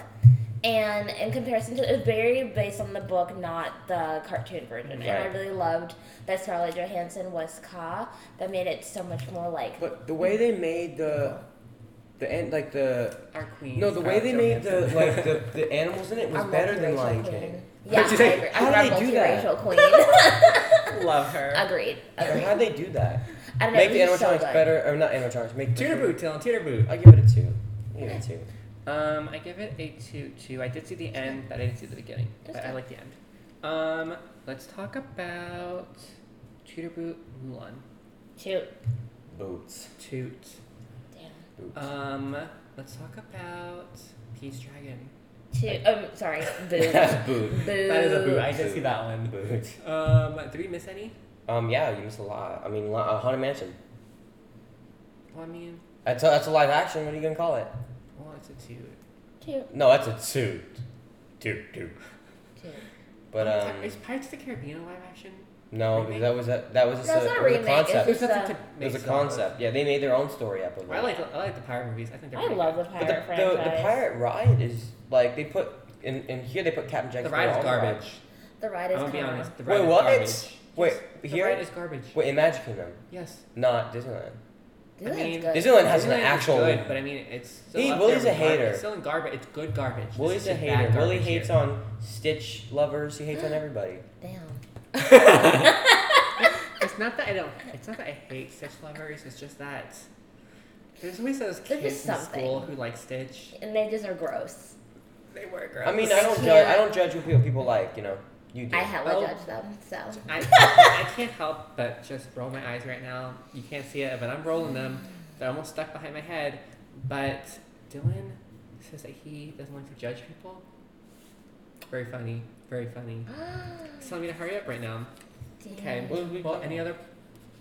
S1: and in comparison to, it was very based on the book, not the cartoon version. And I
S3: Right.
S1: really loved that Scarlett Johansson was Ka. That made it so much more like.
S3: But the way they made the, the end, like the
S2: Our queen.
S3: no, the way
S2: Scarlett
S3: they made the
S2: Johansson.
S3: like the, the animals in it was
S1: a
S3: better than
S1: multiracial
S3: Lion
S1: queen.
S3: King.
S1: Yeah,
S3: But you
S1: I
S3: think,
S1: agree.
S3: how
S1: I'm
S3: do
S1: a
S3: they do that?
S1: multiracial queen.
S2: love her.
S1: agreed.
S3: Like,
S1: Agreed.
S3: How'd they do that?
S1: I don't know.
S3: Make
S1: it
S3: the
S1: was just so
S3: animatronics
S1: good.
S3: better, or not animatronics? Make
S2: Teeter boot, Dylan. Teeter boot.
S3: I give it a two. I give it a two.
S2: Um, I give it a two two. I did see the end, but I didn't see the beginning.
S1: That's
S2: But I
S1: good.
S2: like the end. Um, let's talk about Tudor Boot Mulan.
S1: Shoot.
S3: Boots.
S2: Toot.
S1: Damn.
S3: Boots.
S2: Um, let's talk about Peace Dragon.
S1: Shoot. Um, sorry. Boo.
S3: That's boot.
S1: Boo.
S3: did see
S2: that one.
S3: Boot.
S2: Um, did we miss any?
S3: Um, yeah, you missed a lot. I mean, li- uh, Haunted Mansion.
S2: Well, I mean,
S3: That's a, that's a live action. What are you gonna call it?
S2: well, it's a toot.
S1: Toot.
S3: No, that's a two. Two, two.
S1: Toot.
S3: But
S2: Oh, is-
S3: um,
S2: is Pirates of the Caribbean a live action?
S3: no, because that was a that was a,
S1: No, it's not
S3: it
S1: a
S3: was a
S1: remake, it's
S3: concept.
S1: just-
S2: There's nothing to
S1: a-
S2: make
S3: It was a
S2: fun of.
S3: concept. Yeah, they made their own story up of it.
S2: I like the, I like the pirate movies. I think they're.
S1: I
S2: pretty
S1: love the
S2: good.
S3: But the,
S1: pirate
S3: the, the
S1: franchise.
S3: pirate ride is like they put in, in here they put Captain Jack.
S2: The ride is
S3: Sparrow on the
S2: garbage.
S1: The ride
S2: I'm
S1: is
S2: gonna be
S1: coming.
S2: honest. The
S3: Wait,
S2: ride is
S3: what?
S2: garbage.
S3: Wait,
S2: The
S3: here.
S2: ride is garbage.
S3: Wait, in Magic Kingdom,
S2: Yes.
S3: not Disneyland.
S1: Disneyland's
S2: I mean,
S1: good.
S3: Disneyland has an
S2: Disneyland is
S3: actual.
S2: good, but I mean, it's still
S3: He-
S2: up
S3: Willie's
S2: there
S3: a
S2: with garbage.
S3: hater.
S2: It's still in garbage. It's good garbage. This
S3: Willie's
S2: is
S3: a
S2: bad
S3: hater. Willie
S2: garbage
S3: hates
S2: here.
S3: on Stitch lovers. He hates on everybody.
S1: Damn.
S2: It's not that I don't. It's not that I hate Stitch lovers. It's just that there's always those
S1: They're
S2: kids
S1: just
S2: in
S1: something.
S2: school who like Stitch.
S1: And they just are gross.
S2: They were gross.
S3: I mean, I don't
S1: Yeah.
S3: judge. I don't judge who people people like. You know. You did.
S1: I hella
S2: Oh.
S1: judge them, so.
S2: I, I can't help but just roll my eyes right now. You can't see it, but I'm rolling them. They're almost stuck behind my head. But Dylan says that he doesn't like to judge people. Very funny. Very funny. It's telling me to hurry up right now. Okay.
S3: What did we
S2: Well,
S3: talk
S2: any
S3: about?
S2: other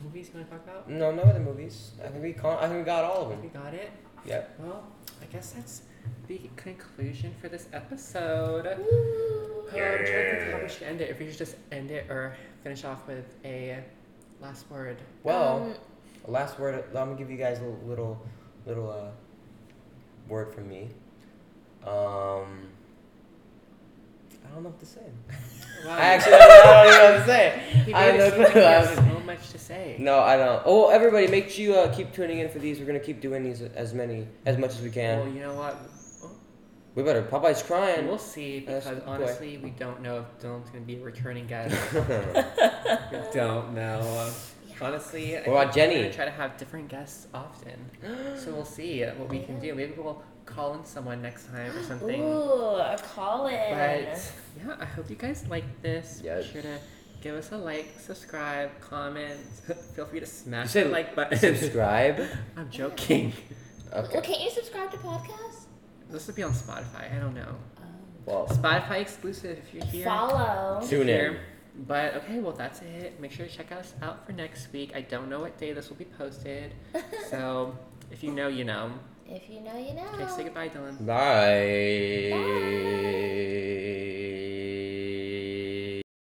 S2: movies you want to talk about?
S3: No, no other movies. I think we con- I think we got all of
S2: We
S3: them.
S2: got it.
S3: Yep.
S2: Well, I guess that's the conclusion for this episode. Um, I'm trying to think how we should end it. If we should just end it or finish off with a last word.
S3: Well,
S1: Um,
S3: last word. I'm gonna give you guys a little, little uh, word from me. Um, I don't know what to say.
S2: Wow.
S3: I actually I don't know what to
S2: He
S3: say. I
S2: made
S3: have
S2: it
S3: no
S2: seem like
S3: clue.
S2: he
S3: I
S2: has
S3: was-
S2: so much to say.
S3: No, I don't. Oh, everybody, make sure you uh, keep tuning in for these. We're gonna keep doing these as many as much as we
S2: Well,
S3: can.
S2: you know what?
S3: We better. Popeye's
S2: And
S3: crying.
S2: we'll see
S3: That's
S2: because
S3: the boy.
S2: honestly, we don't know if Dylan's going to be a returning guest. we don't know. Honestly, I
S3: What about
S2: think we're
S3: Jenny?
S2: gonna try to have different guests often, so we'll see what we can do. Maybe we'll call in someone next time or something.
S1: Ooh, a call in.
S2: But yeah, I hope you guys like this.
S3: Yes.
S2: Be sure to give us a like, subscribe, comment. Feel free to smash
S3: said
S2: the like button.
S3: Subscribe.
S2: I'm joking.
S1: Well,
S3: Okay.
S1: can't you subscribe to podcasts?
S2: This would be on Spotify. I don't know.
S3: Well,
S2: Spotify exclusive if you're here.
S1: Follow.
S3: Tune in.
S2: Here. But okay, well that's it. Make sure to check us out for next week. I don't know what day this will be posted, so if you know, you know.
S1: If you know, you know.
S2: Okay, say goodbye, Dylan.
S3: Bye.
S1: Bye.